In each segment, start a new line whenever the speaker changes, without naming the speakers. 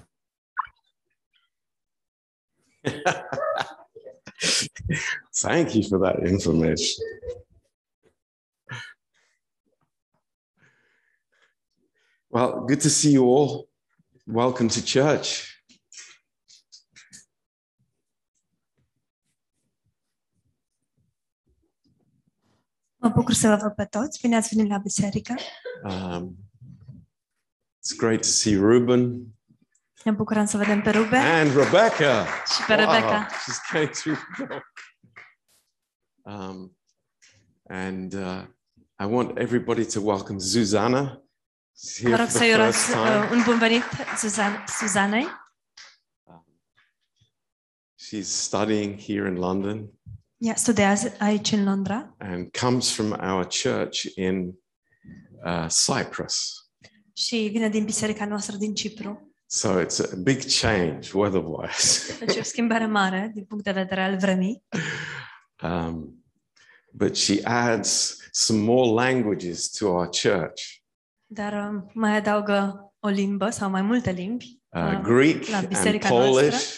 Thank you for that information. Well, good to see you all. Welcome to church.
Mă bucur să vă văd pe toți. Bine ați venit la biserică.
Um, it's great to see Ruben
Ne bucurăm să vedem pe Ruben
and Rebecca.
și pe Rebecca.
Wow, she's going to go. Um, and uh, I want everybody to welcome Susanna. She's
Vă
here
rog
for
să-i
the
urez
first
uh,
time.
un bun venit Suzan- Suzanei.
She's studying here in London
Ea studiază aici în Londra
and comes from our church in uh, Cyprus.
și vine din biserica noastră din Cipru.
So it's a big change weather-wise.
Deci e o schimbare mare din punct de vedere al vremii.
Um, but she adds some more languages to our church
Dar uh, mai adaugă o limbă sau mai multe limbi.
uh,
Ah,
Greek
la
and
biserica
Polish.
noastră.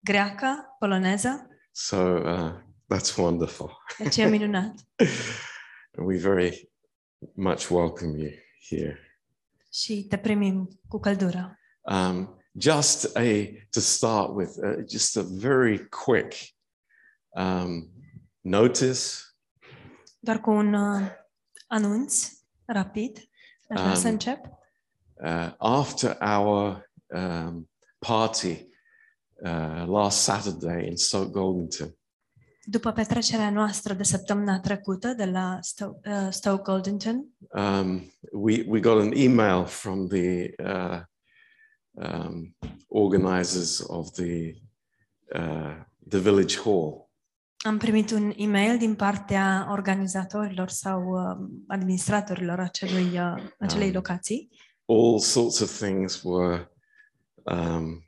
Greacă, poloneză.
So uh, that's wonderful.
Deci e minunat.
We very much welcome you here.
Și te primim cu căldură.
Um, just a to start with, uh, just a very quick um, notice.
Doar cu un uh, anunț rapid. Aș vrea să
Am.
încep.
Uh, after our um, party uh, last Saturday in Stoke Goldington,
După petrecerea noastră de săptămâna trecută de la Stoke, uh, Stoke Goldington,
um, we, we got an email from the uh, um, organizers of the, uh, the village hall.
am primit un e-mail din partea organizatorilor sau uh, administratorilor acelui, uh, acelei
Am.
locații.
All sorts of things were um,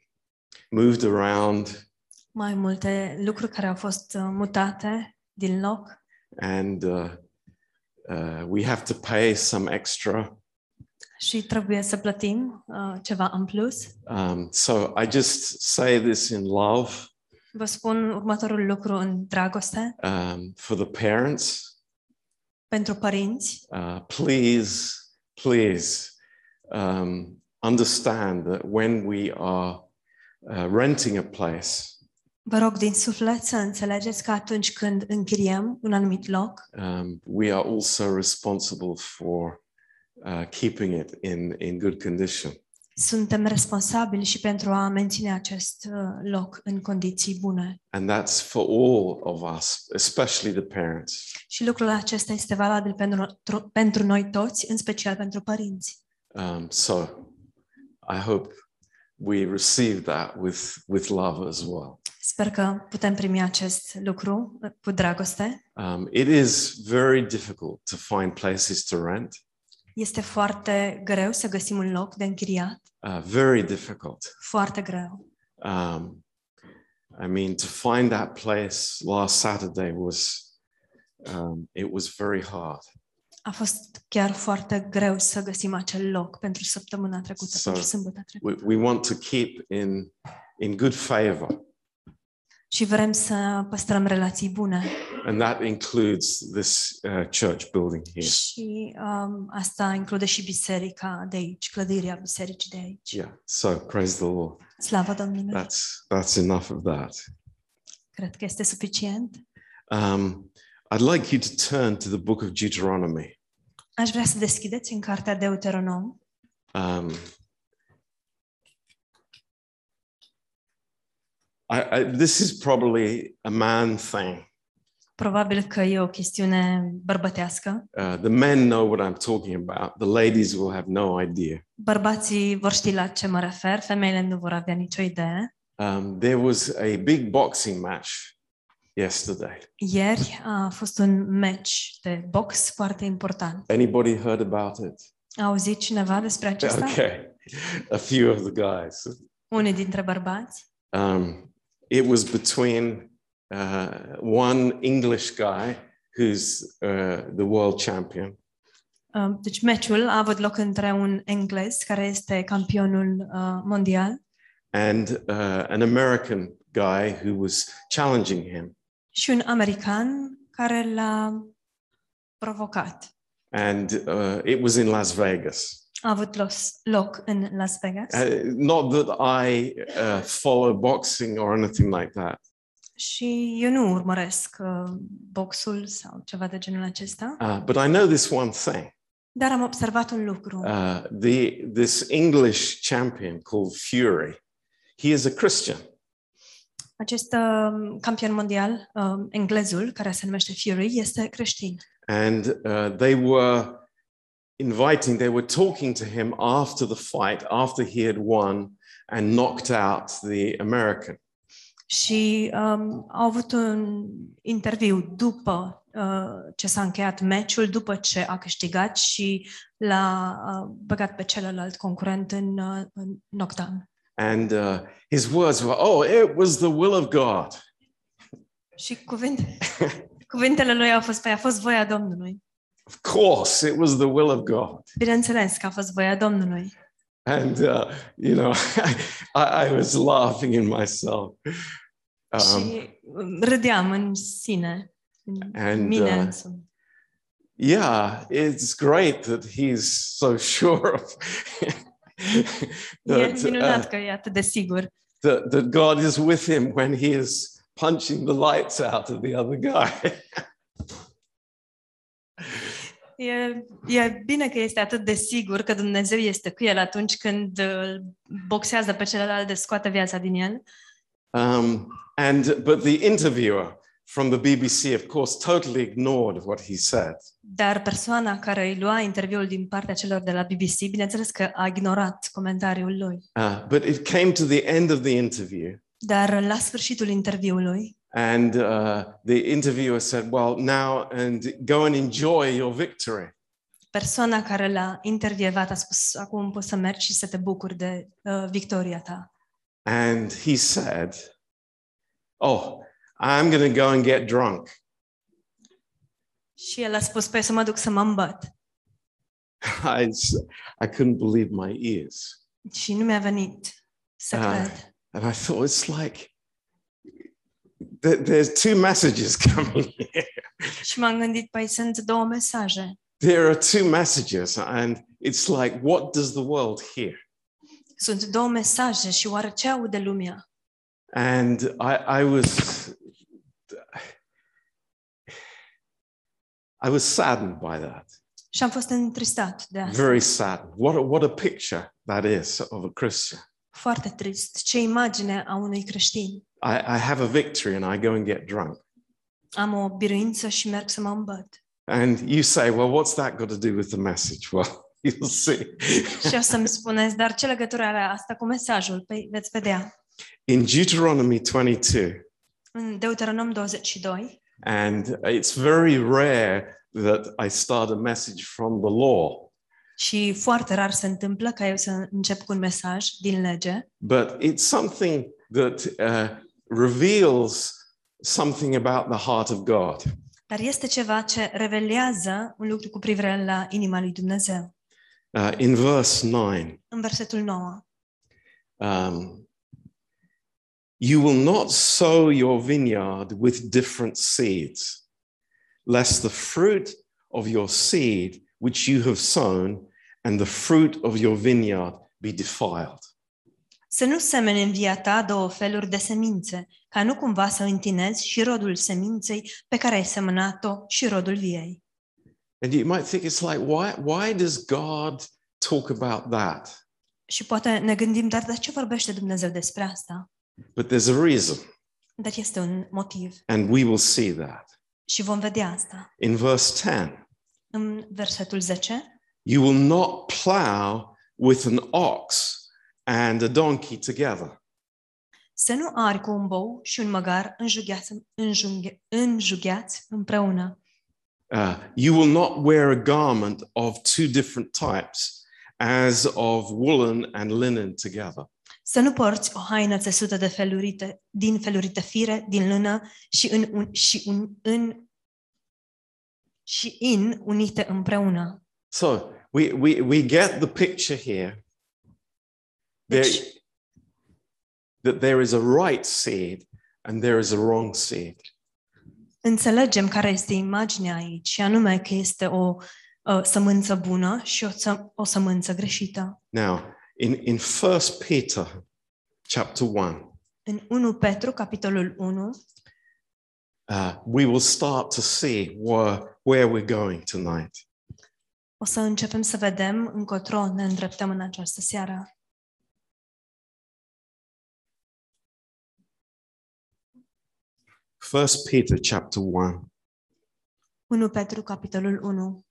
moved around,
Mai multe lucruri care au fost uh, mutate din loc.
and uh, uh, we have to pay some extra.
Și trebuie să plătim uh, ceva în plus.
Um, so I just say this in love
Vă spun următorul lucru în dragoste.
um, for the parents.
Pentru părinți,
uh, please, please um, understand that when we are uh, renting a place,
vă rog din suflet să înțelegeți că atunci când închiriem un anumit loc,
um, we are also responsible for uh, keeping it in, in good condition.
suntem responsabili și pentru a menține acest uh, loc în condiții bune.
And that's for all of us, especially the parents.
Și lucrul acesta este valabil pentru, tru- pentru noi toți, în special pentru părinți.
Um, so I hope we receive that with, with love as well.
Sper că putem primi acest lucru uh, cu dragoste.
Um, it is very difficult to find places to rent,
Este foarte greu să găsim un loc de închiriat,
uh, very difficult.
foarte greu.
um, I mean, to find that place last Saturday was um, it was very hard.
A fost chiar foarte greu să găsim acel loc pentru săptămâna trecută,
So-
pentru sâmbătă trecută.
We, we want to keep in in good favor,
Și vrem să păstrăm relații bune.
and that includes this uh, church building here.
Și um, asta include și biserica de aici, clădirea bisericii de aici.
Yeah. Da. So praise the Lord.
Slavă Domnului!
That's that's enough of that.
Cred că este suficient.
Um, I'd like you to turn to the book of Deuteronomy.
Aș vrea să deschideți în cartea Deuteronom,
Um, I, I, this is probably a man thing.
probabil că e o chestiune bărbătească.
Uh, the men know what I'm talking about. The ladies will have no idea.
Bărbații vor ști la ce mă refer, femeile nu vor avea nicio idee.
Um, there was a big boxing match yesterday.
Ieri a fost un match de box foarte important.
Anybody heard about it?
A auzit cineva despre acesta?
Okay, a few of the guys.
Unii dintre bărbați.
Um, it was between uh, one English guy who's uh, the world champion
Um, Deci meciul a avut loc între un englez care este campionul uh, mondial
and uh, an American guy who was challenging him.
și un american care l-a provocat.
And uh, it was in Las Vegas.
A avut los- loc în Las Vegas
Uh, not that I uh, follow boxing or anything like that,
și eu nu urmăresc uh, boxul sau ceva de genul acesta,
uh, but I know this one thing.
dar am observat un lucru.
Uh, the, this English champion called Fury, he is a Christian.
Acest uh, campion mondial, uh, englezul, care se numește Fury, este creștin.
And uh, they were inviting, they were talking to him after the fight, after he had won and knocked out the American.
Și um, au avut un interviu după uh, ce s-a încheiat meciul, după ce a câștigat și l-a uh, băgat pe celălalt concurent în, uh, în knockdown.
And uh, his words were, Oh, it was the will of God.
Și cuvinte, cuvintele lui au fost, păi a fost voia Domnului.
Of course, it was the will of God.
Bineînțeles că a fost voia Domnului.
And, uh, you know, I, I was laughing in myself. Um,
și râdeam în sine, în
And,
mine
uh,
însumi.
yeah, it's great that he's so sure of
E
that,
minunat
uh,
că e atât de sigur.
that, that God is with him when he is punching the lights out of the other guy.
E, e bine că este atât de sigur că Dumnezeu este cu el atunci când îl boxează pe celălalt de scoate viața din el.
Um, and but the interviewer from the BBC, of course, totally ignored what he said.
Dar persoana care îi lua interviul din partea celor de la BBC, bineînțeles că a ignorat comentariul lui.
Uh, but it came to the end of the interview,
Dar la sfârșitul interviului,
and uh, the interviewer said, "Well, now and go and enjoy your victory."
persoana care l-a intervievat a spus acum poți să mergi și să te bucuri de uh, victoria ta.
And he said, "Oh, I'm going to go and get drunk."
Și el a spus, păi să mă duc să mă îmbăt.
I s- I couldn't believe my ears,
Și nu mi-a venit să
Ah.
cred.
and I thought it's like. there- There's two messages coming here.
Și m-am gândit, păi sunt două mesaje.
there are two messages and it's like what does the world hear
Sunt două mesaje și oare ce aude lumea?
and i i was i was saddened by that
Și am fost întristat de asta.
very saddened what a, what a picture that is of a christian
Foarte trist. Ce imagine a unui creștin.
i, I have a victory and i go and get drunk
Am o biruință și merg să mă îmbăt.
and you say well what's that got to do with the message well you'll see
Și o să-mi spuneți, dar ce legătură are asta cu mesajul? Păi veți vedea.
in deuteronomy 22
În Deuteronom 22,
and it's very rare that i start a message from the law
și foarte rar se întâmplă ca eu să încep cu un mesaj din lege,
but it's something that uh, reveals something about the heart of God.
dar este ceva ce revelează un lucru cu privire la inima lui Dumnezeu.
Uh, in verse 9,
În versetul 9,
um, you will not sow your vineyard with different seeds, lest the fruit of your seed which you have sown and the fruit of your vineyard be defiled.
Să nu semene în via ta două feluri de semințe, ca nu cumva să întinezi și rodul seminței pe care ai semănat-o și rodul viei.
And you might think it's like, why, why does God talk about that?
Și poate ne gândim, dar de ce vorbește Dumnezeu despre asta?
But there's a reason,
Dar este un motiv
and we will see that.
și vom vedea asta.
in verse 10
În versetul 10,
you will not plow with an ox and a donkey together
să nu ari cu un bou și un măgar înjugheați, înjunghe, înjugheați împreună.
Uh, you will not wear a garment of two different types as of woolen and linen together
Să nu porți o haină țesută de felurite, din felurite fire, din lână și în, un, și un, în și in unite împreună.
so we we, we get the picture here there,
Deci
that there is a right seed and there is a wrong seed.
Înțelegem care este imaginea aici, și anume că este o uh, sămânță bună și o, să- o sămânță greșită.
Now, in, in 1 Peter chapter 1,
În 1 Petru, capitolul 1,
uh, we will start to see where, where we're going tonight.
o să începem să vedem încotro ne îndreptăm în această seară.
First Peter chapter 1
1 Petru, capitolul 1,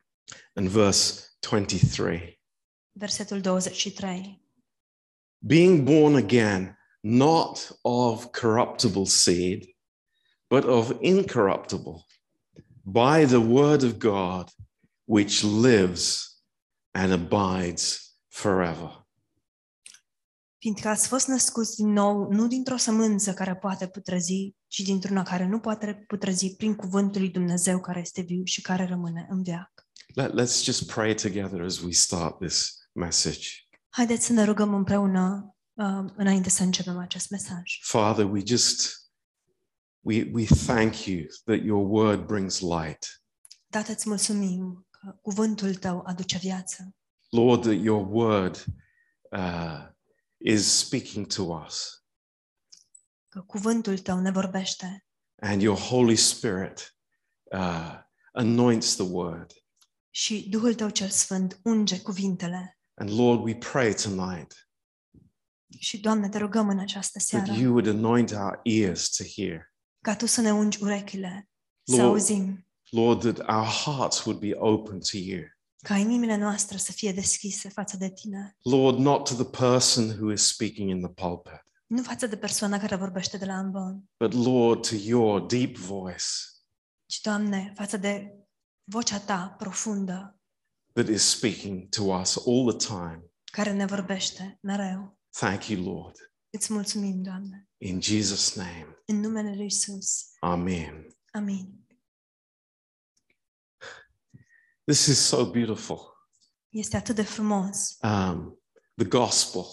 and verse 23.
versetul 23.
Being born again, not of corruptible seed, but of incorruptible, by the word of God, which lives and abides forever.
Fiindcă ați fost născuți din nou, nu dintr-o sămânță care poate putrezi, ci dintr-una care nu poate putrezi prin cuvântul lui Dumnezeu care este viu și care rămâne în veac.
Let, let's just pray together as we start this message.
Haideți să ne rugăm împreună uh, înainte să începem acest mesaj.
Father, we just we we thank you that your word brings light.
Tată, îți mulțumim că cuvântul tău aduce viață.
Lord, that your word uh, is speaking to us
Că cuvântul tău ne vorbește
and your Holy Spirit uh, anoints the word.
și Duhul tău cel Sfânt unge cuvintele.
And Lord, we pray tonight
Și, Doamne, te rugăm în această
that
seară
you would anoint our ears to hear.
ca Tu să ne ungi urechile, să
Lord.
auzim,
Lord, that our hearts would be open to you.
ca inimile noastre să fie deschise față de Tine,
Lord, not to the person who is speaking in the pulpit,
nu față de persoana care vorbește de la amvon,
but Lord, to your deep voice
ci, Doamne, față de vocea Ta profundă
that is speaking to us all the time.
care ne vorbește mereu.
Thank you, Lord.
Îți mulțumim, Doamne.
In Jesus' name,
În numele lui Isus.
Amen.
Amin.
This is so beautiful.
Este atât de frumos.
Um, the gospel,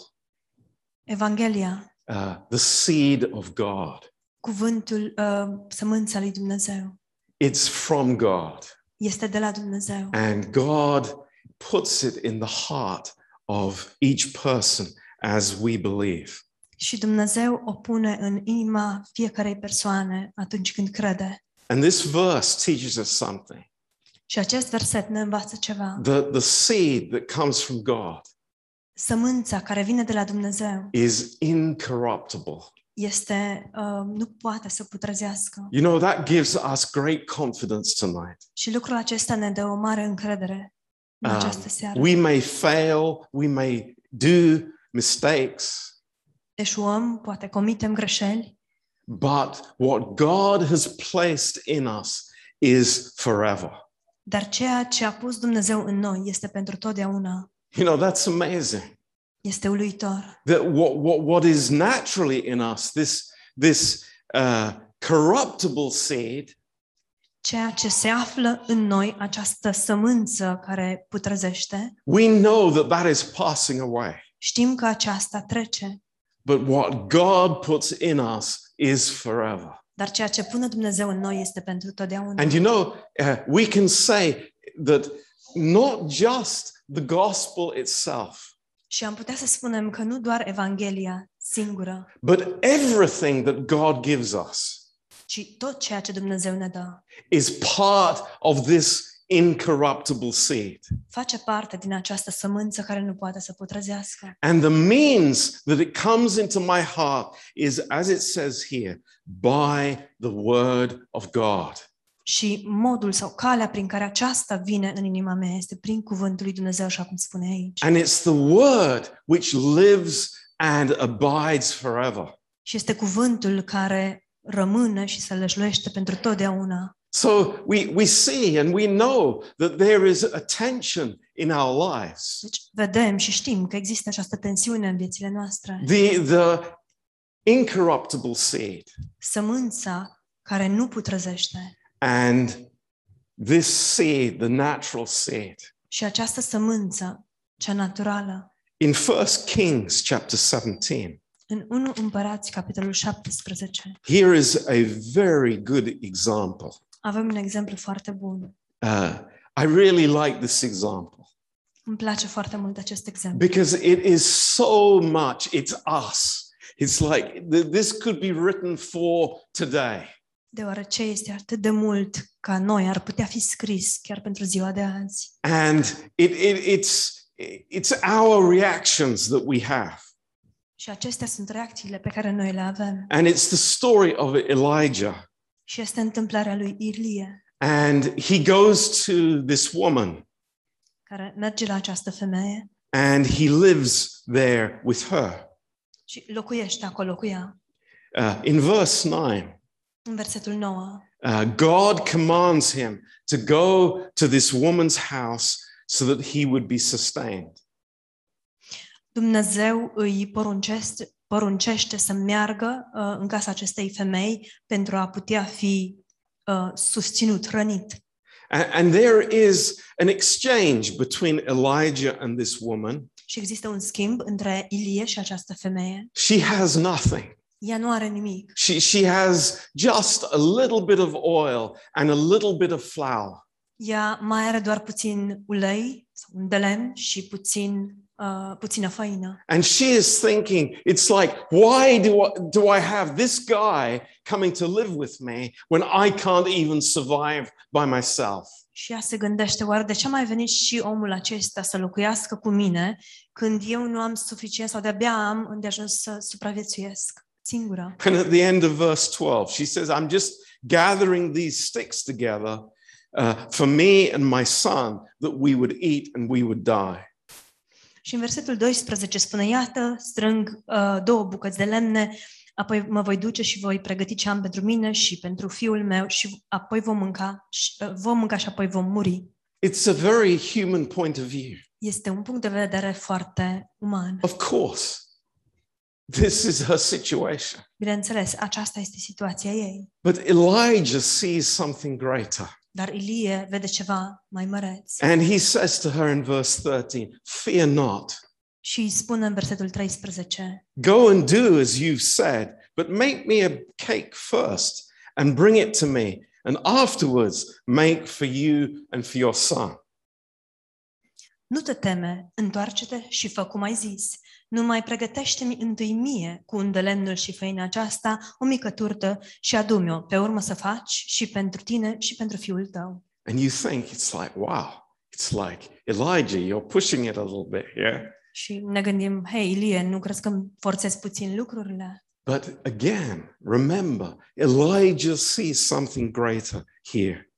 Evanghelia,
uh, the seed of God,
cuvântul, uh, sămânța lui Dumnezeu,
it's from God,
este de la Dumnezeu.
and God puts it in the heart of each person as we believe.
Și Dumnezeu o pune în inima fiecarei persoane atunci când crede.
And this verse teaches us something
Și acest verset ne învață ceva.
the, the seed that comes from God
Sămânța care vine de la Dumnezeu
is incorruptible.
este, uh, nu poate să putrezească.
You know, that gives us great confidence tonight.
Și lucrul acesta ne dă o mare încredere în
Um,
această seară.
we may fail, we may do mistakes,
Eșuăm, Deci poate comitem greșeli,
but what God has placed in us is forever.
Dar ceea ce a pus Dumnezeu în noi este pentru totdeauna,
You know, that's amazing.
este uluitor.
That what, what, what is naturally in us, this, this uh, corruptible seed,
Ceea ce se află în noi, această sămânță care putrezește,
we know that that is passing away.
știm că aceasta trece,
But what God puts in us is forever.
dar ceea ce pune Dumnezeu în noi este pentru totdeauna.
And you know, uh, we can say that not just the gospel itself,
Și am putea să spunem că nu doar Evanghelia singură,
But everything that God gives us
ci tot ceea ce Dumnezeu ne dă
is part of this incorruptible seed.
face parte din această sămânță care nu poate să putrezească.
And the means that it comes into my heart is, as it says here, by the word of God.
Și modul sau calea prin care aceasta vine în inima mea este prin cuvântul lui Dumnezeu, așa cum spune aici.
And it's the word which lives and abides forever.
Și este cuvântul care rămâne și se lășluiește pentru totdeauna.
So we, we see and we know that there is a tension in our lives.
Deci vedem și știm că există această tensiune în viețile noastre.
The, the incorruptible seed
Sămânța care nu putrezește
And this seed, the natural seed,
și această sămânță, cea naturală,
in 1 Kings chapter 17,
În 1 Împărați, capitolul 17,
Here is a very good example.
avem un exemplu foarte bun.
Uh, I really like this example
Îmi place foarte mult acest exemplu,
because it is so much, it's us. It's like th- this could be written for today.
deoarece este atât de mult ca noi, ar putea fi scris chiar pentru ziua de azi.
And it, it, it's, it's our reactions that we have.
Și acestea sunt reacțiile pe care noi le avem.
And it's the story of Elijah.
Și este întâmplarea lui Ilie,
And he goes to this woman
care merge la această femeie
and he lives there with her.
și locuiește acolo cu ea.
Uh, in verse 9,
În versetul 9,
uh, God commands him to go to this woman's house so that he would be sustained.
Dumnezeu îi poruncește, poruncește să meargă uh, în casa acestei femei pentru a putea fi uh, susținut, rănit.
And, and there is an exchange between Elijah and this woman.
Și există un schimb între Ilie și această femeie.
She has nothing.
Ea nu are nimic.
She, she has just a little bit of oil and a little bit of flour.
Ea mai are doar puțin ulei, sau un de lemn și puțin, uh, puțină făină.
And she is thinking, it's like, why do I, do I have this guy coming to live with me when I can't even survive by myself?
Și ea se gândește, oare de ce a mai venit și omul acesta să locuiască cu mine când eu nu am suficient sau de-abia am îndeajuns să supraviețuiesc singură?
And at the end of verse 12, she says, I'm just gathering these sticks together uh, for me and my son that we would eat and we would die.
Și în versetul 12 spune, iată, strâng uh, două bucăți de lemne, apoi mă voi duce și voi pregăti ce am pentru mine și pentru fiul meu și apoi vom mânca și, uh, vom mânca și apoi vom muri.
It's a very human point of view.
Este un punct de vedere foarte uman.
Of course, this is her situation.
Bineînțeles, aceasta este situația ei,
But Elijah sees something greater.
dar Ilie vede ceva mai măreț
And he says to her in verse 13, Fear not.
și îi spune în versetul 13,
Go and do as you've said, but make me a cake first and bring it to me, and afterwards make for you and for your son.
Nu te teme, întoarce-te și fă cum ai zis. Numai pregătește-mi întâi mie cu îndelemnul și făina aceasta o mică turtă și adu-mi-o, pe urmă să faci și pentru tine și pentru fiul tău.
And you think, it's like, wow, it's like, Elijah, you're pushing it a little bit, yeah?
Și ne gândim, hei, Ilie, nu crezi că îmi forțezi puțin lucrurile?
But again, remember, Elijah sees something greater here.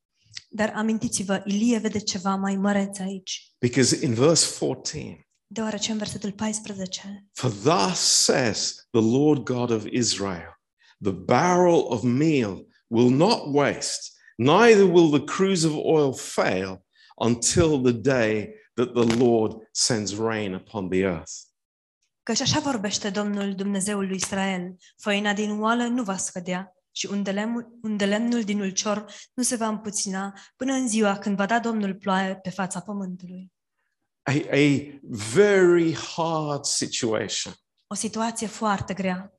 Dar amintiți-vă, Ilie vede ceva mai măreț aici,
Because in verse 14,
deoarece în versetul 14,
For thus says the Lord God of Israel the barrel of meal will not waste, neither will the cruse of oil fail until the day that the Lord sends rain upon the earth.
Căci așa vorbește Domnul Dumnezeul lui Israel, făina din oală nu va scădea și undelemnul, undelemnul din ulcior nu se va împuțina până în ziua când va da Domnul ploaie pe fața pământului.
A, a very hard situation.
O situație foarte grea,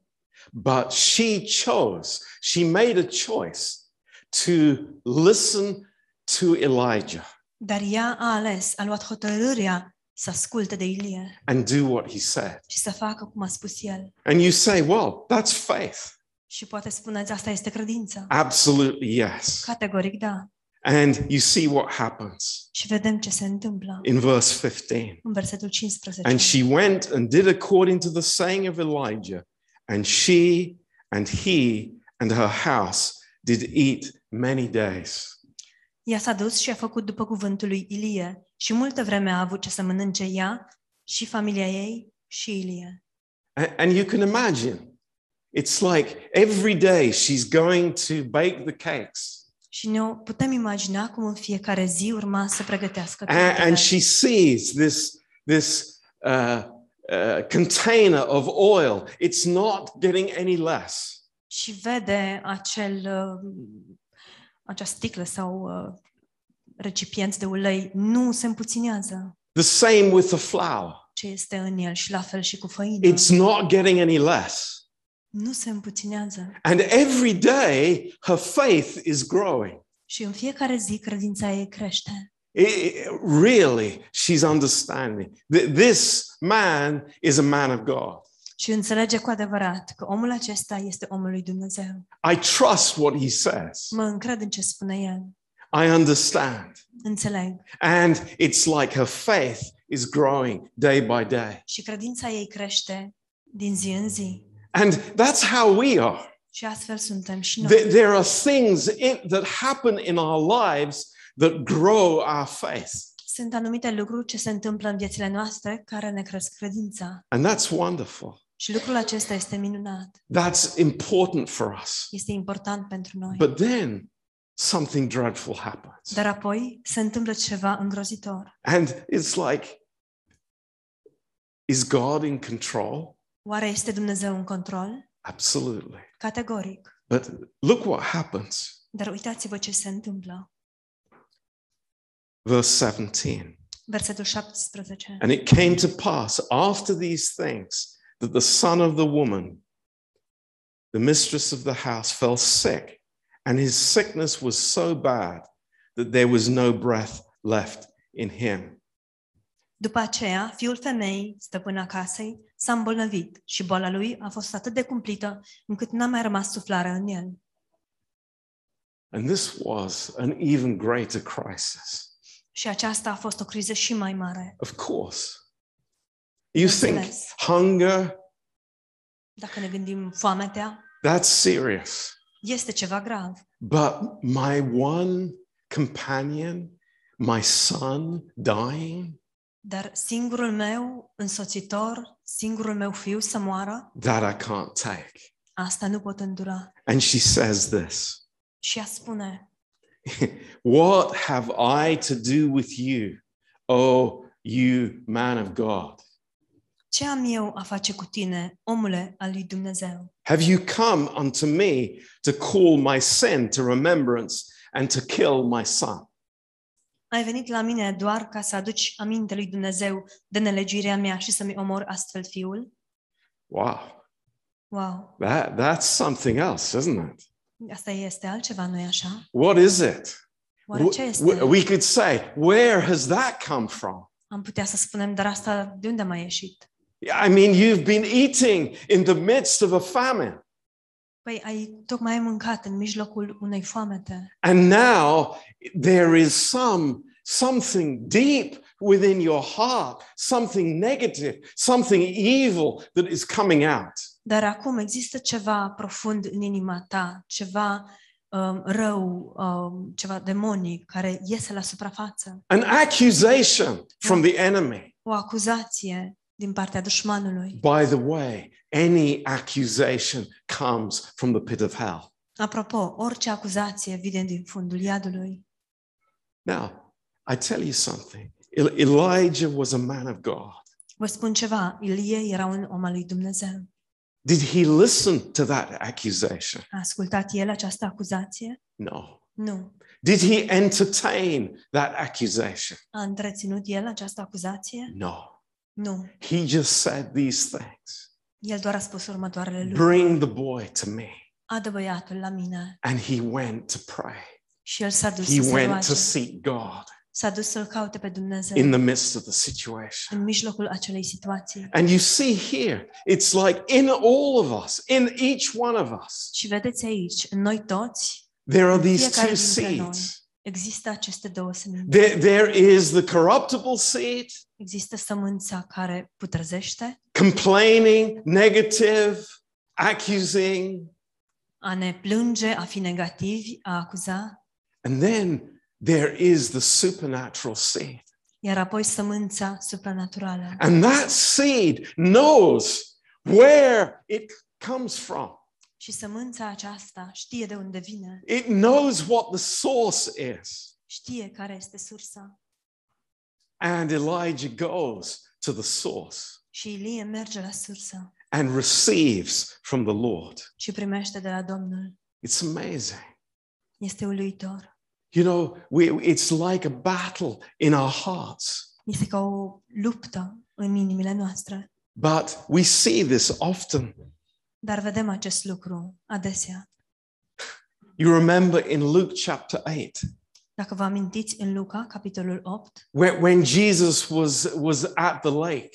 But she chose, she made a choice to listen to Elijah
dar ea a ales, a luat hotărârea să asculte de Ilie
and do what he said.
și să facă cum a spus el.
And you say, well, that's faith.
Și poate spuneți, asta este credință.
Absolutely, yes.
Categoric, da.
And you see what happens
Și vedem ce se întâmplă
in verse 15.
în versetul 15.
And she went and did according to the saying of Elijah, and she and he and her house did eat many days.
Ea s-a dus și a făcut după cuvântul lui Ilie și multă vreme a avut ce să mănânce ea și familia ei și Ilie.
A- And you can imagine, it's like every day she's going to bake the cakes,
Și ne putem imagina cum în fiecare zi urma să pregătească
A-
cântele.
and she sees this, this uh, uh, container of oil. It's not getting any less.
și vede acel, uh, acea sticlă sau uh, recipient de ulei, nu se împuținează.
The same with the flour.
ce este în el și la fel și cu făina.
It's not getting any less.
Nu se împuținează.
And every day, her faith is growing.
Și în fiecare zi credința ei crește.
It- it- really, she's understanding that this man is a man of God.
Și înțelege cu adevărat că omul acesta este omul lui Dumnezeu.
I trust what he says.
Mă încred în ce spune el.
I understand.
Înțeleg.
And it's like her faith is growing day by day.
Și credința ei crește din zi în zi.
And that's how we are.
Și astfel suntem și noi.
Th- There are things in, that happen in our lives that grow our faith.
Sunt anumite lucruri ce se întâmplă în viețile noastre care ne cresc credința.
And that's wonderful.
Și lucrul acesta este minunat.
That's important for us.
Este important pentru noi.
But then something dreadful happens.
Dar apoi se întâmplă ceva îngrozitor.
And it's like, is God in control?
Oare este Dumnezeu în control?
Absolutely.
Categoric.
But look what happens.
Dar uitați-vă ce se întâmplă.
Verse 17.
Versetul 17.
And it came to pass after these things that the son of the woman, the mistress of the house, fell sick, and his sickness was so bad that there was no breath left in him.
După aceea, fiul femeii, stăpâna casei, s-a îmbolnăvit și boala lui a fost atât de cumplită încât n-a mai rămas suflare în el.
And this was an even greater crisis.
Și aceasta a fost o criză și mai mare.
Of course. You think
Yes.
hunger,
Dacă ne gândim foametea,
that's serious.
este ceva grav.
But my one companion, my son dying,
Dar singurul meu însoțitor, singurul meu fiu să moară,
that I can't take.
asta nu pot îndura.
And she says this
Și ea spune,
What have I to do with you, O you man of God?
ce am eu a face cu tine, omule al lui Dumnezeu?
Have you come unto me to call my sin to remembrance and to kill my son?
Ai venit la mine doar ca să aduci aminte lui Dumnezeu de nelegiuirea mea și să-mi omor astfel fiul?
Wow,
Wow,
that, that's something else, isn't it?
asta este altceva, nu-i așa?
What is it?
Oare ce este?
W- we could say, Where has that come from?
Am putea să spunem, dar asta de unde a mai ieșit?
I mean, you've been eating in the midst of a famine,
Păi ai tocmai ai mâncat în mijlocul unei foamete
and now there is some something deep within your heart, something negative, something evil that is coming out.
Dar acum există ceva profund în inima ta, ceva um, rău, um, ceva demonic care iese la suprafață,
An accusation from the enemy.
o acuzație din partea dușmanului.
By the way, any accusation comes from the pit of hell.
Apropo, orice acuzație vine din fundul iadului.
Now, I tell you something. El- Elijah was a man of God.
Vă spun ceva, Ilie era un om al lui Dumnezeu.
Did he listen to that accusation?
A ascultat el această acuzație?
No.
Nu.
Did he entertain that accusation?
A întreținut el această acuzație?
No.
Nu.
He just said these things
El doar a spus următoarele lucruri.
Bring the boy to me.
Adă băiatul la mine.
And he went to pray.
Și el s-a dus
He
să se
went to
roage.
seek God
S-a dus să-l caute pe Dumnezeu.
in the midst of the situation.
în mijlocul acelei situații.
And you see here, it's like in all of us, in each one of us,
Și vedeți aici, în noi toți
there are these
Fiecare
two
dintre noi.
seeds.
există aceste două semințe.
There, there is the corruptible seed,
Există sămânța care putrăzește,
complaining, negative, accusing,
a ne plânge, a fi negativi, a acuza,
And then there is the supernatural seed.
iar apoi sămânța supranaturală.
And that seed knows where it comes from,
Și sămânța aceasta știe de unde vine,
it knows what the source is.
știe care este sursa.
And Elijah goes to the source
Și Ilie merge la sursă
and receives from the Lord.
și primește de la Domnul.
It's amazing.
Este uluitor.
You know, we, it's like a battle in our hearts.
Este ca o luptă în inimile noastre.
But we see this often.
Dar vedem acest lucru adesea.
You remember in Luke chapter 8,
Dacă vă amintiți în Luca, capitolul 8,
when, when Jesus was, was at the lake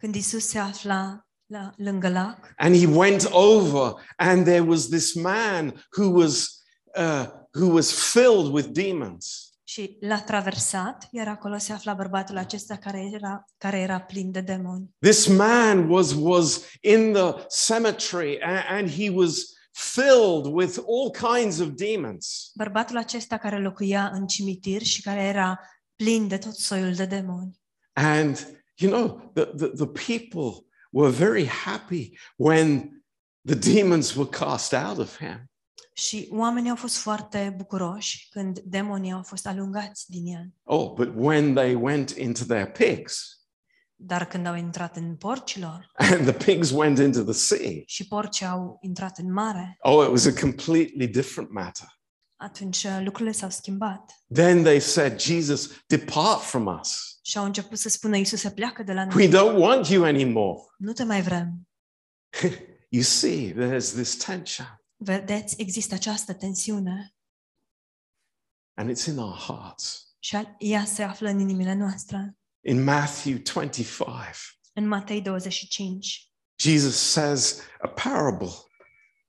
când Isus se afla la, lângă lac
and he went over, and there was this man who was, uh, who was filled with demons.
și l-a traversat, iar acolo se afla bărbatul acesta care era, care era plin de demoni.
This man was, was in the cemetery a- and, he was filled with all kinds of demons.
Bărbatul acesta care locuia în cimitir și care era plin de tot soiul de demoni.
And, you know, the, the, the people were very happy when the demons were cast out of him.
Și oamenii au fost foarte bucuroși când demonii au fost alungați din el.
Oh, but when they went into their pigs
Dar când au intrat în porcilor
and the pigs went into the sea,
și porcii au intrat în mare,
oh, it was a completely different matter.
atunci uh, lucrurile s-au schimbat.
Then they said, Jesus, depart from us.
Și au început să spună, Iisuse, pleacă de la noi,
We don't want you anymore.
nu te mai vrem.
You see, there's this tension.
Vedeți, există această tensiune
and it's in our hearts.
și a- ea se află în inimile noastre.
In Matthew 25,
În Matei 25,
Jesus says a parable,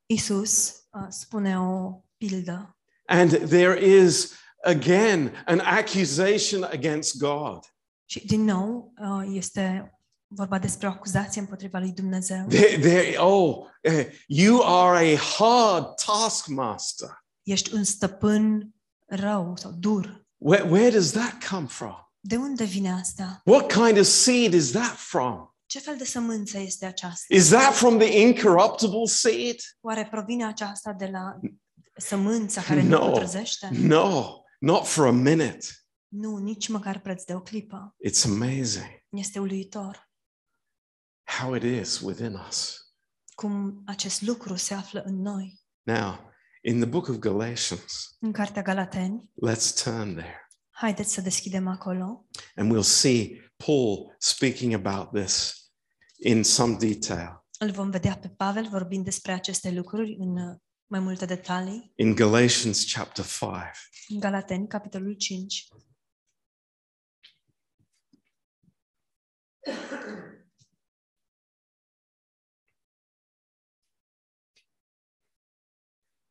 Iisus uh, spune o pildă
and there is again an accusation against God.
și, din nou, uh, este vorba despre o acuzație împotriva lui Dumnezeu.
There, there, oh, eh, you are a hard taskmaster.
Ești un stăpân rău sau dur.
Where, where does that come from?
De unde vine asta?
What kind of seed is that from?
Ce fel de sămânță este aceasta?
Is that from the incorruptible seed?
Oare provine aceasta de la sămânța care
No.
nu putrezește?
No, not for a minute.
Nu, nici măcar preț de o clipă.
It's amazing
Este uluitor
how it is within us.
cum acest lucru se află în noi.
Now, in the book of Galatians,
În Cartea Galateni,
let's turn there
haideți să deschidem acolo
and we'll see Paul speaking about this in some detail.
Îl vom vedea pe Pavel vorbind despre aceste lucruri în uh, mai multe detalii.
In Galatians chapter 5,
În Galateni, capitolul 5.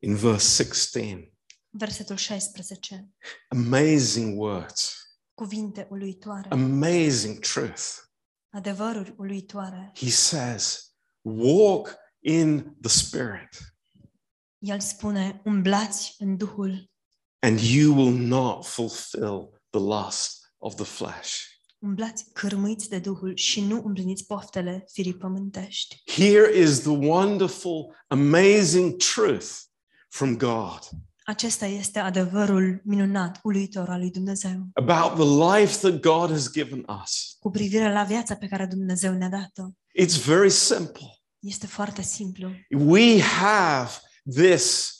in verse 16,
Versetul 16.
amazing words,
Cuvinte uluitoare,
amazing truth.
adevăruri uluitoare.
He says, Walk in the Spirit,
El spune, umblați în Duhul,
and you will not fulfill the lust of the flesh.
umblați cârmâiți de Duhul și nu împliniți poftele firii pământești.
Here is the wonderful, amazing truth from God.
Acesta este adevărul minunat, uluitor al lui Dumnezeu,
about the life that God has given us.
cu privire la viața pe care Dumnezeu ne-a dat-o.
It's very simple.
Este foarte simplu.
We have this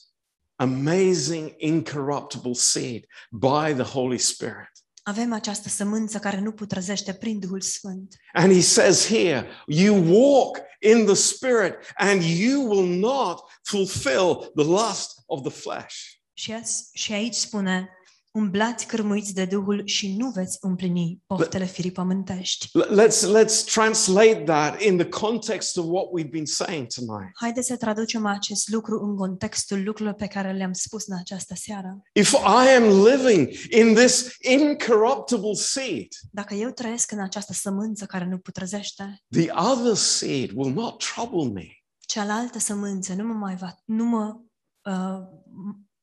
amazing, incorruptible seed by the Holy Spirit.
Avem această sămânță care nu putrezește prin Duhul Sfânt.
And he says here, you walk in the Spirit and you will not fulfill the lust of the flesh.
Și, as- și aici spune, umblați cârmuiți de Duhul și nu veți împlini poftele firii pământești.
L- Let's, let's translate that in the context of what we've been saying tonight.
Haideți să traducem acest lucru în contextul lucrurilor pe care le-am spus în această seară.
If I am living in this incorruptible seed,
Dacă eu trăiesc în această sămânță care nu putrezește,
The other seed will not trouble me.
cealaltă sămânță nu mă mai va, nu mă, uh,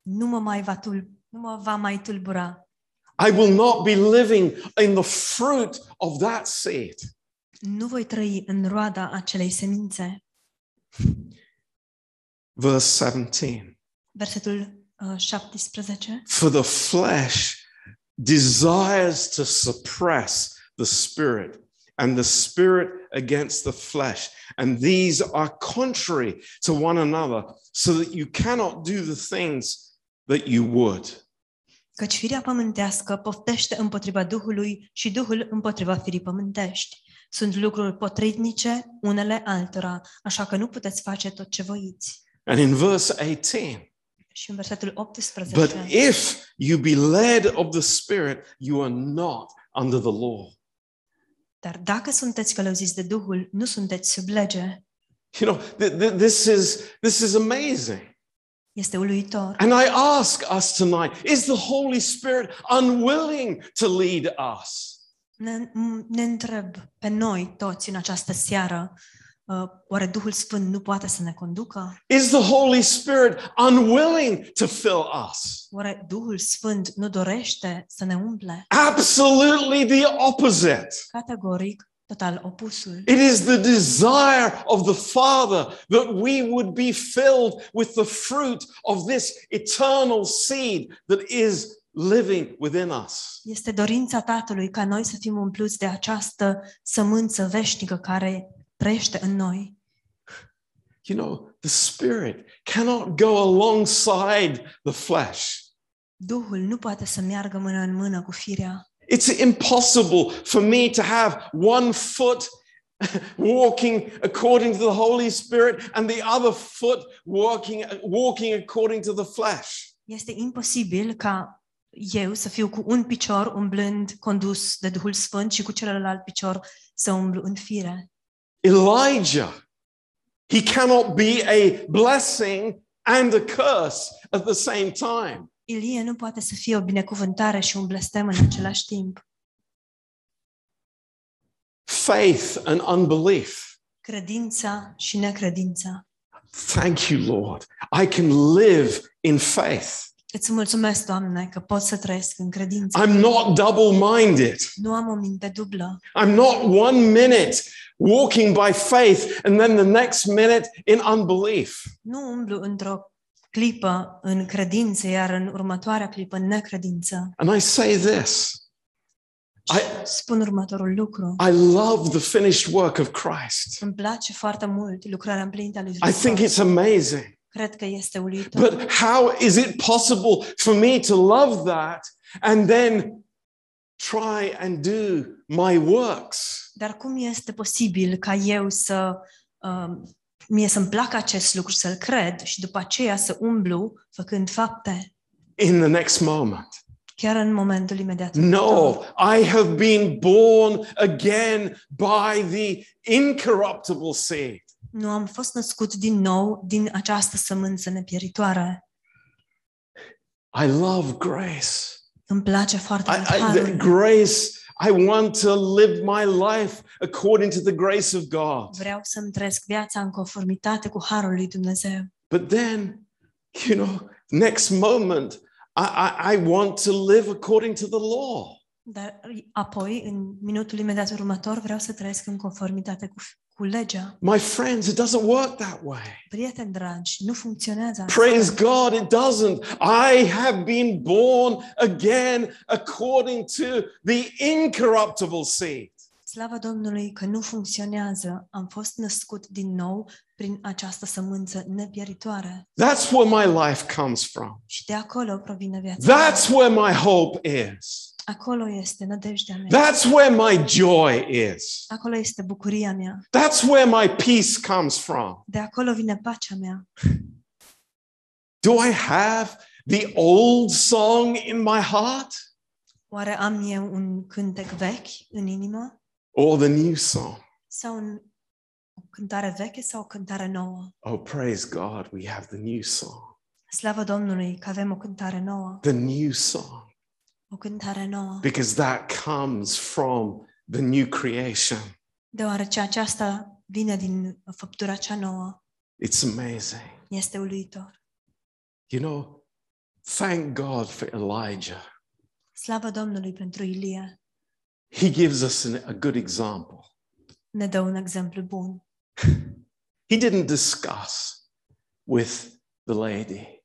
nu mă mai va, tul, nu mă va mai tulbura.
I will not be living in the fruit of that seed.
Nu voi trăi în roada acelei semințe.
Verse 17
Versetul uh, 17.
For the flesh desires to suppress the spirit, and the spirit against the flesh. And these are contrary to one another, so that you cannot do the things that you would.
Căci firea pământească poftește împotriva Duhului și Duhul împotriva firii pământești. Sunt lucruri potrivnice unele altora, așa că nu puteți face tot ce voiți.
And in verse 18,
Și în versetul 18,
but if you be led of the Spirit, you are not under the law.
dar dacă sunteți călăuziți de Duhul, nu sunteți sub lege.
You know, th- th- this, is, this is amazing.
Este uluitor.
And I ask us tonight is the Holy Spirit unwilling to lead us?
Ne, m- ne întreb pe noi toți în această seară, uh, oare Duhul Sfânt nu poate să ne conducă?
Is the Holy Spirit unwilling to fill us?
Oare Duhul Sfânt nu dorește să ne umple?
Absolutely the opposite.
Categoric, total opusul.
It is the desire of the Father that we would be filled with the fruit of this eternal seed that is living within us.
Este dorința Tatălui ca noi să fim umpluți de această sămânță veșnică care trăiește în noi.
You know, the Spirit cannot go alongside the flesh.
Duhul nu poate să meargă mână în mână cu firea.
It's impossible for me to have one foot walking according to the Holy Spirit and the other foot walking, walking according to the flesh.
Este imposibil ca eu să fiu cu un picior umblând condus de Duhul Sfânt și cu celălalt picior să umblu în fire.
Elijah, he cannot be a blessing and a curse at the same time.
Ilie nu poate să fie o binecuvântare și un blestem în același timp.
Faith and unbelief.
Credința și necredința.
Thank you, Lord. I can live in faith.
Îți mulțumesc, Doamne, că pot să trăiesc în credință.
I'm not double minded.
Nu am o minte dublă.
I'm not one minute walking by faith and then the next minute in unbelief.
Nu umblu într-o clipă în credință, iar în următoarea clipă în necredință.
And I say this I,
Spun următorul lucru.
I love the finished work of Christ.
Îmi place foarte mult lucrarea împlinită a lui
I think
Hristos.
it's amazing.
Cred că este uimitor.
But how is it possible for me to love that and then try and do my works?
Dar cum este posibil ca eu să um, mie să-mi placă acest lucru, să-l cred și după aceea să umblu făcând fapte
In the next moment.
chiar în momentul imediat? următor?
No, I have been born again by the incorruptible seed.
Nu am fost născut din nou din această sămânță nepieritoare.
I love grace.
Îmi place foarte mult
I, I, the
harul.
grace. I want to live my life according to the grace of God.
Vreau să-mi trăiesc viața în conformitate cu harul lui Dumnezeu.
But then, you know, next moment, I, I, I want to live according to the law.
Dar apoi, în minutul imediat următor, vreau să trăiesc în conformitate cu, cu legea.
My friends, it doesn't work that way.
Prieteni dragi, nu funcționează asta.
Praise God, it doesn't. I have been born again according to the incorruptible seed.
Slavă Domnului că nu funcționează. Am fost născut din nou prin această sămânță nepieritoare
That's where my life comes from.
și de acolo provine viața.
That's where my hope is.
Acolo este nădejdea mea.
That's where my joy is.
Acolo este bucuria mea.
That's where my peace comes from.
De acolo vine pacea mea.
Do I have the old song in my heart
Oare am eu un cântec vechi în inimă?
or the new song?
Sau un, o cântare veche sau o cântare nouă?
Oh, praise God, we have the new song.
Slavă Domnului că avem o cântare nouă.
The new song,
O cântare nouă.
because that comes from the new creation.
Deoarece aceasta vine din făptura cea nouă.
It's amazing.
Este uluitor.
You know, thank God for Elijah.
Slavă Domnului pentru Ilie.
He gives us an- a good example.
Ne dă un exemplu bun.
He didn't discuss with the lady,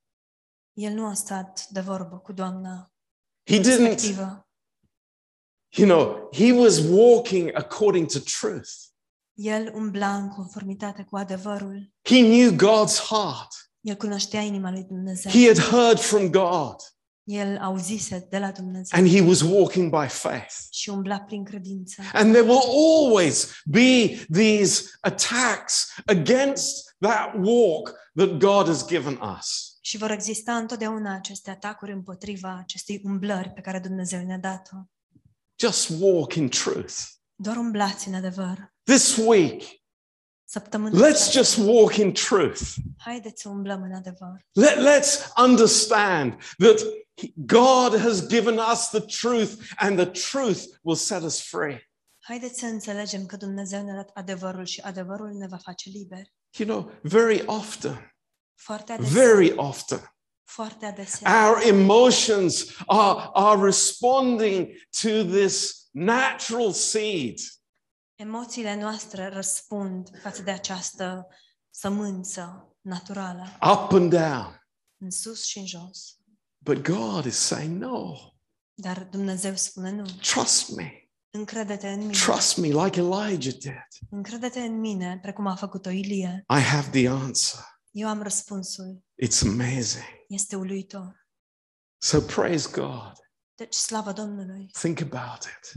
El nu a stat de vorbă cu doamna
he didn't
respectivă.
You know, he was walking according to truth.
El umbla în conformitate cu adevărul.
He knew God's heart.
El cunoștea inima lui Dumnezeu.
He had heard from God.
El auzise de la Dumnezeu
and he was walking by faith.
și umbla prin credință.
And there will always be these attacks against that walk that God has given us.
Și vor exista întotdeauna aceste atacuri împotriva acestei umblări pe care Dumnezeu ne-a dat-o.
Just walk in truth.
Doar umblați în adevăr.
This week,
Săptămâna
let's
aceasta,
just walk in truth.
haideți să umblăm în adevăr.
Let, us understand that he- God has given us the truth, and the truth will set us free.
Haideți să înțelegem că Dumnezeu ne-a dat adevărul și adevărul ne va face liberi.
You know, very often,
Foarte adesea.
very often,
Foarte adesea.
our emotions are, are responding to this natural seed.
Emoțiile noastre răspund față de această sămânță naturală,
up and down.
în sus și în jos.
But God is saying, No,
Dar Dumnezeu spune nu.
trust me.
Încredete în mine.
Trust me like Elijah did.
Încredete în mine, precum a făcut-o Ilie.
I have the answer.
Eu am răspunsul.
It's amazing.
Este uluitor.
So praise God.
Deci, slavă Domnului!
Think about it.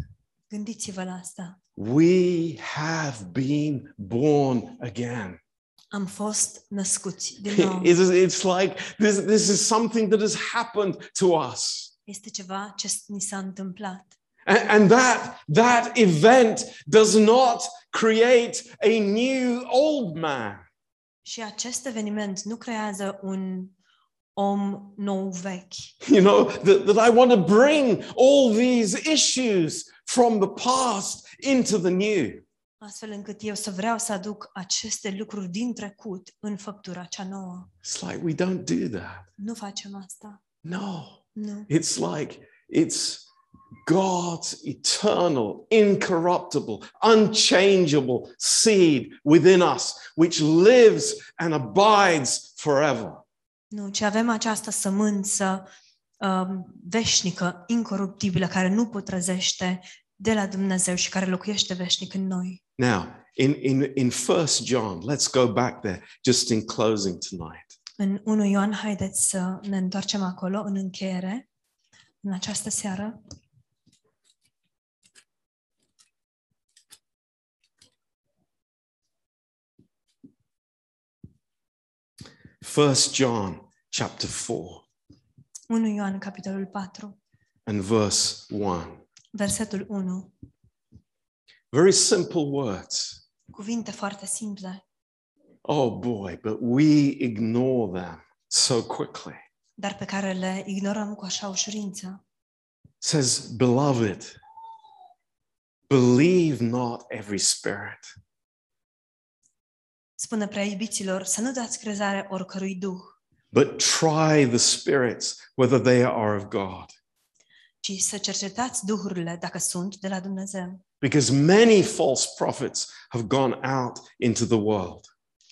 Gândiți-vă la asta.
We have been born again.
Am fost născuți din nou.
It is, it's like this, this is something that has happened to us.
Este ceva ce ni s-a întâmplat.
And, and that, that event does not create a new old man.
Și acest eveniment nu creează un om nou vechi,
you know, that, that I want to bring all these issues from the past into the new.
astfel încât eu să vreau să aduc aceste lucruri din trecut în făptura cea nouă.
It's like we don't do that.
Nu facem asta.
No,
Nu.
it's like it's God's eternal, incorruptible, unchangeable seed within us, which lives and abides forever.
Nu, ci avem această sămânță um, veșnică, incoruptibilă, care nu putrezește de la Dumnezeu și care locuiește veșnic în noi.
Now, in, in, in First John, let's go back there just in closing tonight.
În 1 Ioan, haideți să ne întoarcem acolo, în încheiere, în această seară.
First John chapter 4
1 Ioan, capitolul 4,
and verse 1.
versetul 1.
Very simple words.
Cuvinte foarte simple,
Oh boy, but we ignore them so quickly. It
dar pe care le ignorăm cu așa ușurință.
says, Beloved, believe not every spirit,
Spune prea iubiților, să nu dați crezare oricărui duh,
but try the spirits whether they are of God.
ci să cercetați duhurile dacă sunt de la Dumnezeu.
Because many false prophets have gone out into the world.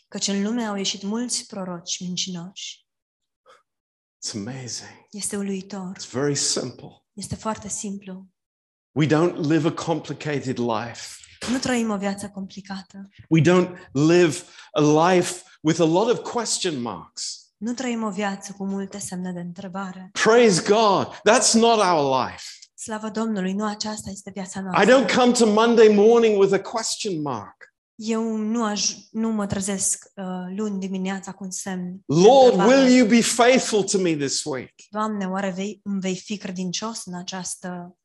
Căci în lume au ieșit mulți proroci mincinoși.
It's amazing.
Este uluitor.
It's very simple.
Este foarte simplu.
We don't live a complicated life.
Nu trăim o viață complicată.
We don't live a life with a lot of question marks.
Nu trăim o viață cu multe semne de întrebare.
Praise God. That's not our life.
Slavă Domnului, nu aceasta este viața
I
noastră.
don't come to Monday morning with a question mark.
Eu nu, aj- nu mă trezesc uh, luni dimineața cu un semn. de
Lord,
întrebare.
will you be faithful to me this week?
Doamne, oare vei, îmi vei fi credincios în această...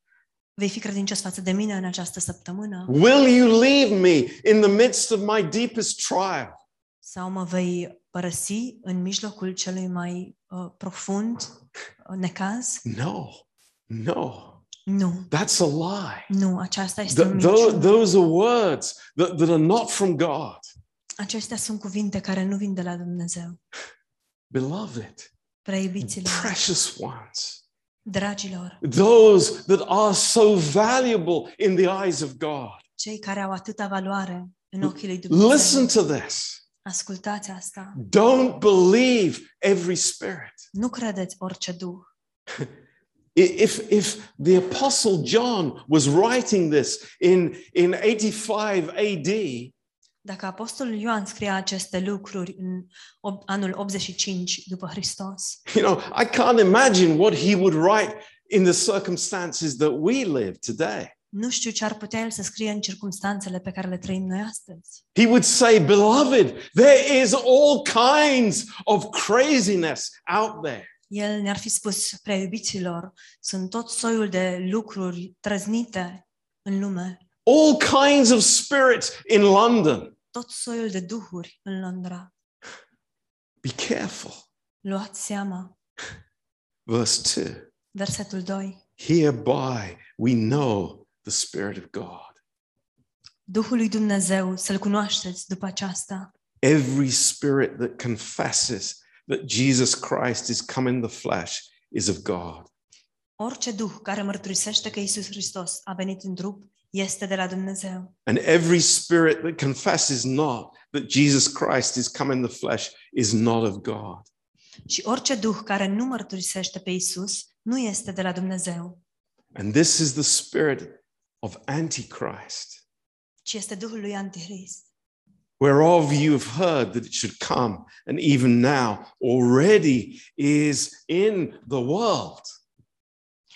Vei fi credincios față de mine în această săptămână?
Will you leave me in the midst of my deepest trial?
Sau mă vei părăsi în mijlocul celui mai uh, profund uh, necaz?
No, no,
Nu,
that's a lie.
nu, aceasta este o
Th- tho-
minciună.
those are words that, that are not from God.
Acestea sunt cuvinte care nu vin de la Dumnezeu.
Beloved,
Preibiților,
precious ones,
dragilor,
those that are so valuable in the eyes of God.
cei care au atâta valoare în ochii lui
Listen
Dumnezeu,
to this.
ascultați asta.
Don't believe every spirit.
Nu credeți orice duh.
I- If, if the Apostle John was writing this in, in 85 AD,
Dacă Apostolul Ioan scria aceste lucruri în ob- anul 85 după Hristos,
You know, I can't imagine what he would write in the circumstances that we live today.
nu știu ce ar putea el să scrie în circumstanțele pe care le trăim noi astăzi.
He would say, Beloved, there is all kinds of craziness out there.
El ne-ar fi spus, prea iubiților, sunt tot soiul de lucruri trăznite în lume,
all kinds of spirits in London.
tot soiul de duhuri în Londra.
Be careful.
Luați seama,
Verse 2
versetul 2.
Hereby we know the Spirit of God.
Duhul lui Dumnezeu, să-L cunoașteți după aceasta.
Every spirit that confesses that Jesus Christ is come in the flesh is of God.
Orice duh care mărturisește că Isus Hristos a venit în trup este de la Dumnezeu.
And every spirit that confesses not that Jesus Christ is come in the flesh is not of God.
Și orice duh care nu mărturisește pe Isus nu este de la Dumnezeu,
And this is the spirit of Antichrist,
ci este Duhul lui Antichrist,
whereof you have heard that it should come, and even now already is in the world.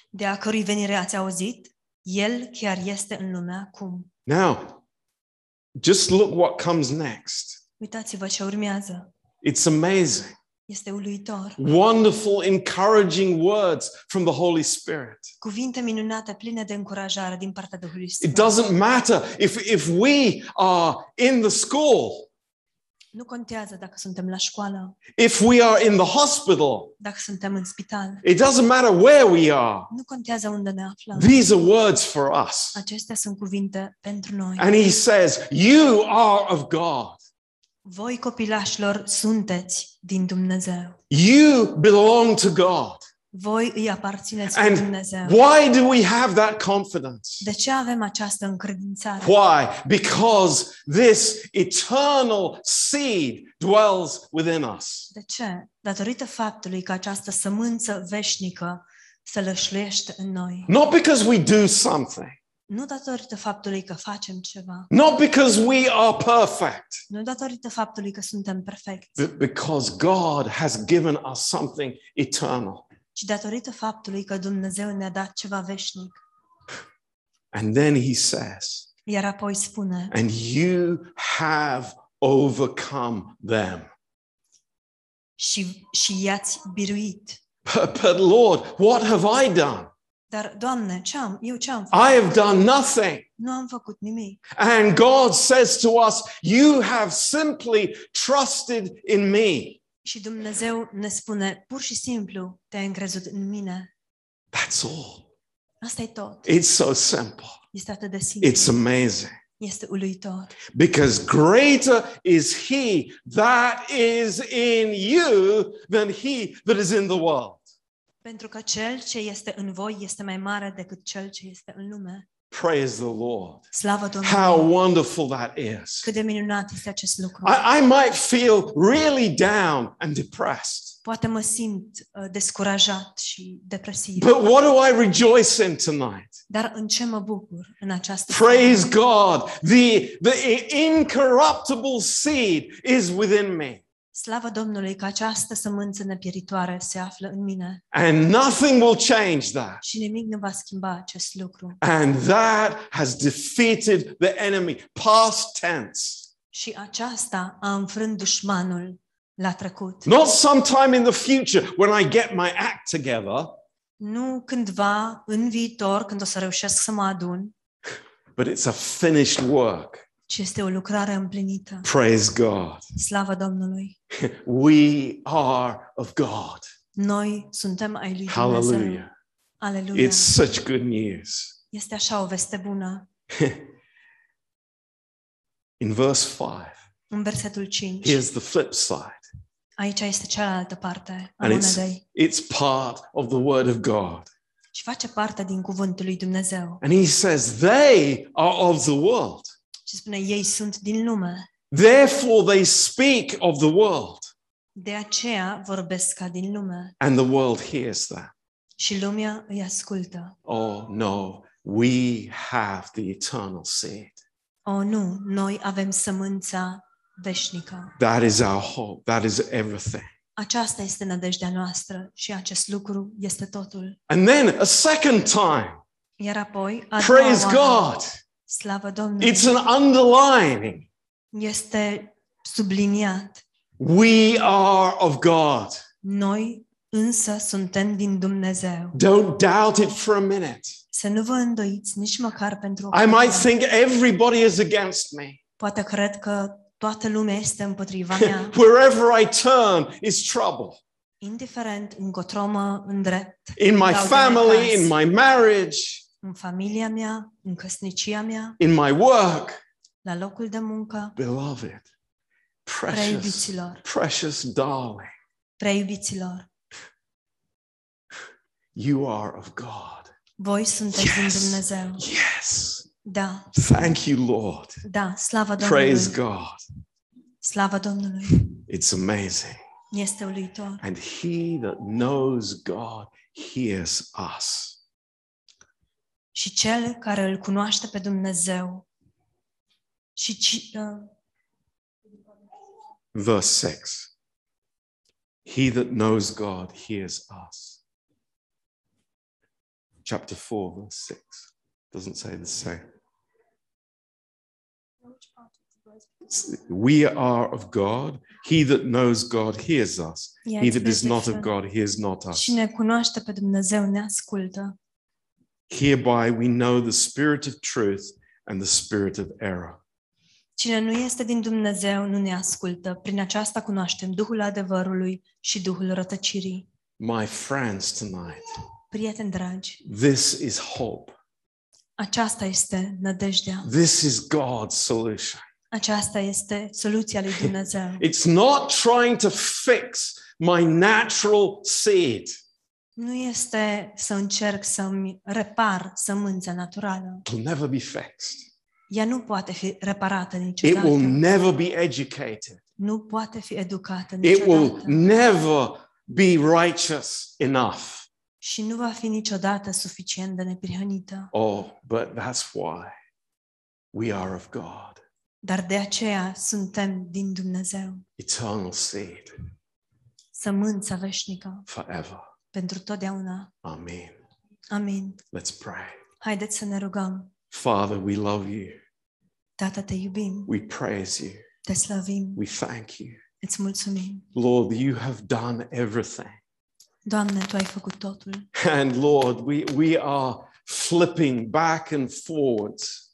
de a cărui venire ați auzit, El chiar este în lume acum.
Now, just look what comes next.
Uitați-vă ce urmează.
It's amazing.
Este uluitor.
Wonderful, encouraging words from the Holy Spirit.
Cuvinte minunate, pline de încurajare din partea Duhului
It
Sfânt.
doesn't matter if, if we are in the school,
Nu contează dacă suntem la școală,
if we are in the hospital,
dacă suntem în spital.
it doesn't matter where we are.
Nu contează unde ne aflăm.
These are words for us.
Acestea sunt cuvinte pentru noi.
And he says, You are of God.
Voi copilașilor sunteți din Dumnezeu.
You belong to God.
Voi îi aparțineți
And
lui Dumnezeu.
Why do we have that confidence?
De ce avem această încredințare?
Why? Because this eternal seed dwells within us.
De ce? Datorită faptului că această sămânță veșnică se lășluiește în noi.
Not because we do something,
Nu datorită faptului că facem ceva.
not because we are perfect,
Nu datorită faptului că suntem perfecți,
but because God has given us something eternal.
ci datorită faptului că Dumnezeu ne-a dat ceva veșnic.
And then he says,
Iar apoi spune,
And you have overcome them.
și, și i-ați biruit.
But, but Lord, what have I done?
Dar, Doamne, ce am? Eu ce am făcut?
I have done nothing.
Nu am făcut nimic.
And God says to us, You have simply trusted in me.
Și Dumnezeu ne spune, pur și simplu, te-ai încrezut în mine.
That's all.
Asta e tot.
It's so simple.
Este atât de simplu.
It's amazing.
Este uluitor.
Because greater is he that is in you than he that is in the world.
Pentru că cel ce este în voi este mai mare decât cel ce este în lume.
Praise the Lord.
Slavă
How
Domnului!
wonderful that is.
Cât de minunat este acest lucru.
I, I might feel really down and depressed,
Poate mă simt uh, descurajat și depresiv.
but what do I rejoice in tonight?
Dar în ce mă bucur în această
Praise
seară?
God. The, the incorruptible seed is within me,
Slavă Domnului că această sămânță nepieritoare se află în mine
and nothing will change that.
și nimic nu va schimba acest lucru.
And that has defeated the enemy. Past tense.
Și aceasta a înfrânt dușmanul la trecut.
Not sometime in the future when I get my act together,
Nu cândva în viitor, când o să reușesc să mă adun,
but it's a finished work.
ci este o lucrare împlinită.
Praise God.
Slavă Domnului!
We are of God.
Noi suntem ai lui Dumnezeu.
Hallelujah.
Aleluia!
It's such good news.
Este așa o veste bună.
In verse 5,
În versetul 5,
here's the flip side.
aici este cealaltă parte a
And it's,
monedei
it's part of the word of God.
și face parte din cuvântul lui Dumnezeu.
And he says, They are of the world.
Și spune, ei sunt din lume,
Therefore, they speak of the world.
de aceea vorbesc ca din lume
And the world hears that.
și lumea îi ascultă.
Oh, no, we have the eternal seed.
Oh, nu, noi avem sămânța veșnică.
That is our hope. That is everything.
Aceasta este nădejdea noastră și acest lucru este totul.
And then a second time,
Iar apoi, a doua
praise
oară,
God.
slavă Domnului,
It's an underlining.
este subliniat.
We are of God.
Noi însă suntem din Dumnezeu.
Don't doubt it for a minute.
Să nu vă îndoiți nici măcar pentru o
I might
clipă.
think everybody is against me.
Poate cred că toată lumea este împotriva mea,
Wherever I turn is trouble.
indiferent încotro mă îndrept,
In my
Without
family,
any
in
curse.
my marriage,
în familia mea, în căsnicia mea,
in my work.
la locul de muncă,
Beloved,
prea
precious,
iubiților,
precious darling,
prea iubiților,
you are of God.
voi sunteți
Yes.
din Dumnezeu.
Yes.
Da,
Thank you, Lord.
da, slavă Domnului,
Praise God.
slavă Domnului,
It's amazing.
este uluitor.
And he that knows God hears us.
Și cel care îl cunoaște pe Dumnezeu și ci, uh,
Verse 6. He that knows God hears us. Chapter 4, verse 6. Doesn't say the same. It's- We are of God. He that knows God hears us.
yeah,
He
it's
that is not of
perfect.
God hears not us.
Cine cunoaște pe Dumnezeu ne ascultă.
Hereby we know the spirit of truth and the spirit of error.
Cine nu este din Dumnezeu nu ne ascultă. Prin aceasta cunoaștem Duhul adevărului și Duhul rătăcirii.
My friends, tonight,
Prieteni dragi,
this is hope.
aceasta este nădejdea.
This is God's solution.
Aceasta este soluția lui Dumnezeu.
It's not trying to fix my natural seed.
Nu este să încerc să-mi repar sămânța naturală.
It'll never be fixed.
Ea nu poate fi reparată
It will
niciodată.
never be educated.
Nu poate fi educată
It will
niciodată.
never be righteous enough.
Și nu va fi niciodată suficient de neprihănită.
Oh, but that's why we are of God,
Dar de aceea suntem din Dumnezeu.
eternal seed
Sămânța veșnică
forever.
pentru totdeauna.
Amen.
Amin.
Let's pray.
Haideți să ne rugăm.
Father, we love you.
Tată, te iubim,
We praise you.
te slăvim,
We thank you.
îți mulțumim.
Lord, you have done everything.
Doamne, Tu ai făcut totul.
And Lord, we, we are flipping back and forwards,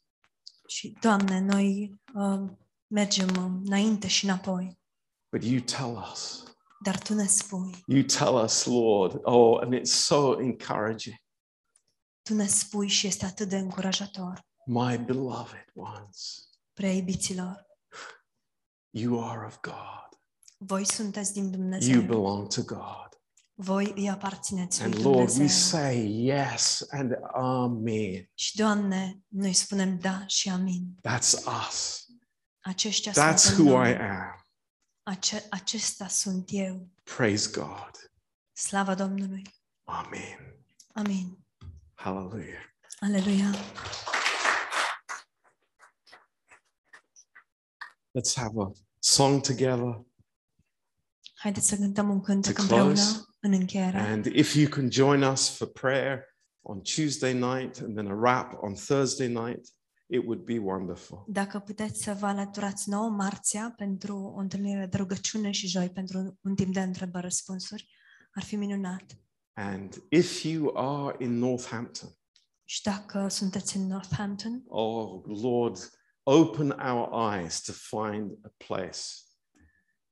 Și, Doamne, noi uh, mergem înainte și înapoi.
but you tell us.
Dar Tu ne spui,
You tell us, Lord. Oh, and it's so encouraging.
Tu ne spui și este atât de încurajator.
My beloved ones,
Prea iubiților,
you are of God.
voi sunteți din
You
Dumnezeu.
belong to God.
Voi îi aparțineți lui
And Lord, we
Dumnezeu.
say yes and amen.
Și, Doamne, noi spunem da și amin.
That's us.
Aceștia
That's
suntem
who
noi.
I am.
Ace- acesta sunt eu.
Praise God.
Slava Domnului.
Amen.
Amin.
Hallelujah.
Aleluia.
Let's have a song together.
Haideți să cântăm un cântec
To close.
împreună în încheiere.
And if you can join us for prayer on Tuesday night and then a wrap on Thursday night, it would be wonderful.
Dacă puteți să vă alăturați nouă marțea pentru o întâlnire de rugăciune și joi pentru un timp de întrebări-răspunsuri, ar fi minunat.
And if you are in Northampton,
Și dacă sunteți în Northampton,
oh Lord, open our eyes to find a place.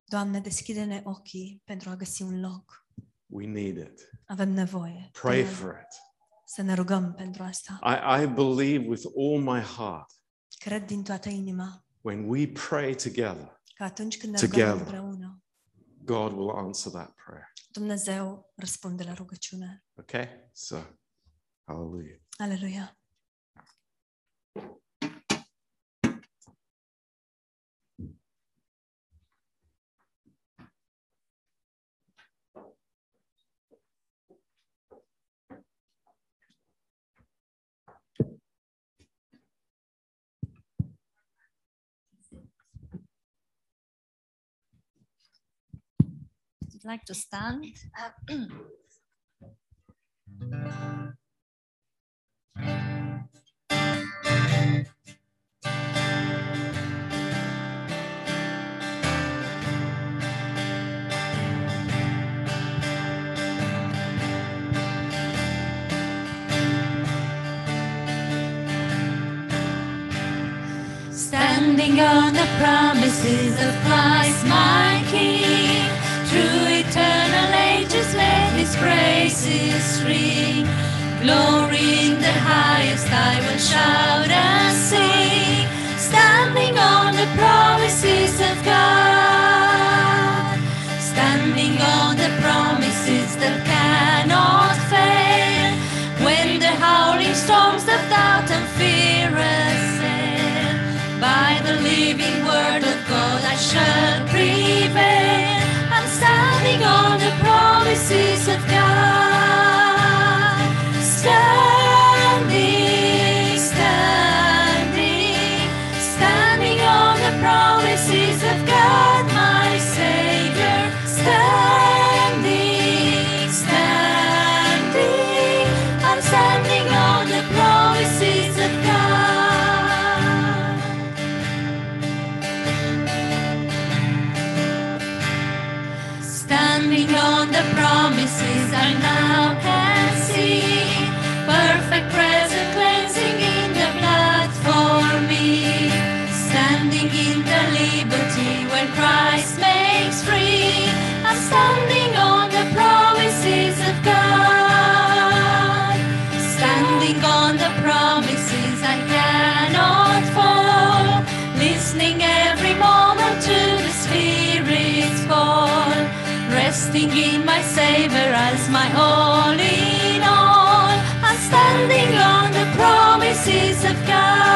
Doamne, deschide-ne ochii pentru a găsi un loc.
We need it.
Avem nevoie.
Pray
de-
for it.
Să ne rugăm pentru asta.
I, I believe with all my heart
Cred din toată inima
when we pray together,
că atunci când ne
Together.
rugăm împreună,
God will answer that prayer.
Dumnezeu răspunde la rugăciune.
Okay? So, hallelujah.
Aleluia!
would like to stand. Standing on the promises of Christ, my King, through eternal ages let His praises ring. Glory in the highest, I will shout and sing, standing on the promises of God, standing on the promises that cannot fail. When the howling storms of doubt and fear assail, by the living word of God I shall prevail. I'm standing on the promises of God. Standing, standing, standing on the promises of God, my Savior. Standing, standing, I'm standing on the promises of God. Standing on the promises I now can see. Perfect present cleansing in the blood for me. Standing in the liberty when Christ makes free. I'm standing on the promises of God. Standing on the promises I cannot fall. Listening every moment to the Spirit's call. Resting in my Savior as my all in all. I'm standing on the promises of God.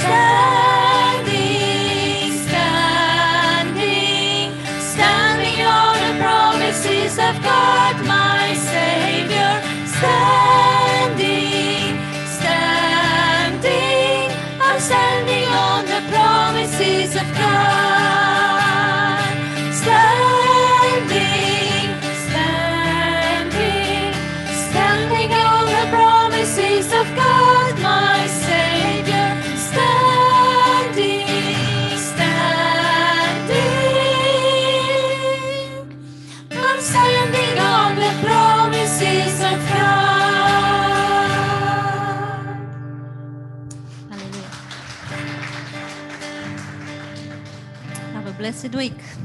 Standing, standing, standing on the promises of God, my Savior. Standing, standing, I'm standing on the promises of God. Standing, standing, standing on the promises of God, my Savior. Standing, standing. I'm standing on the promises of God. Hallelujah. Have a blessed week.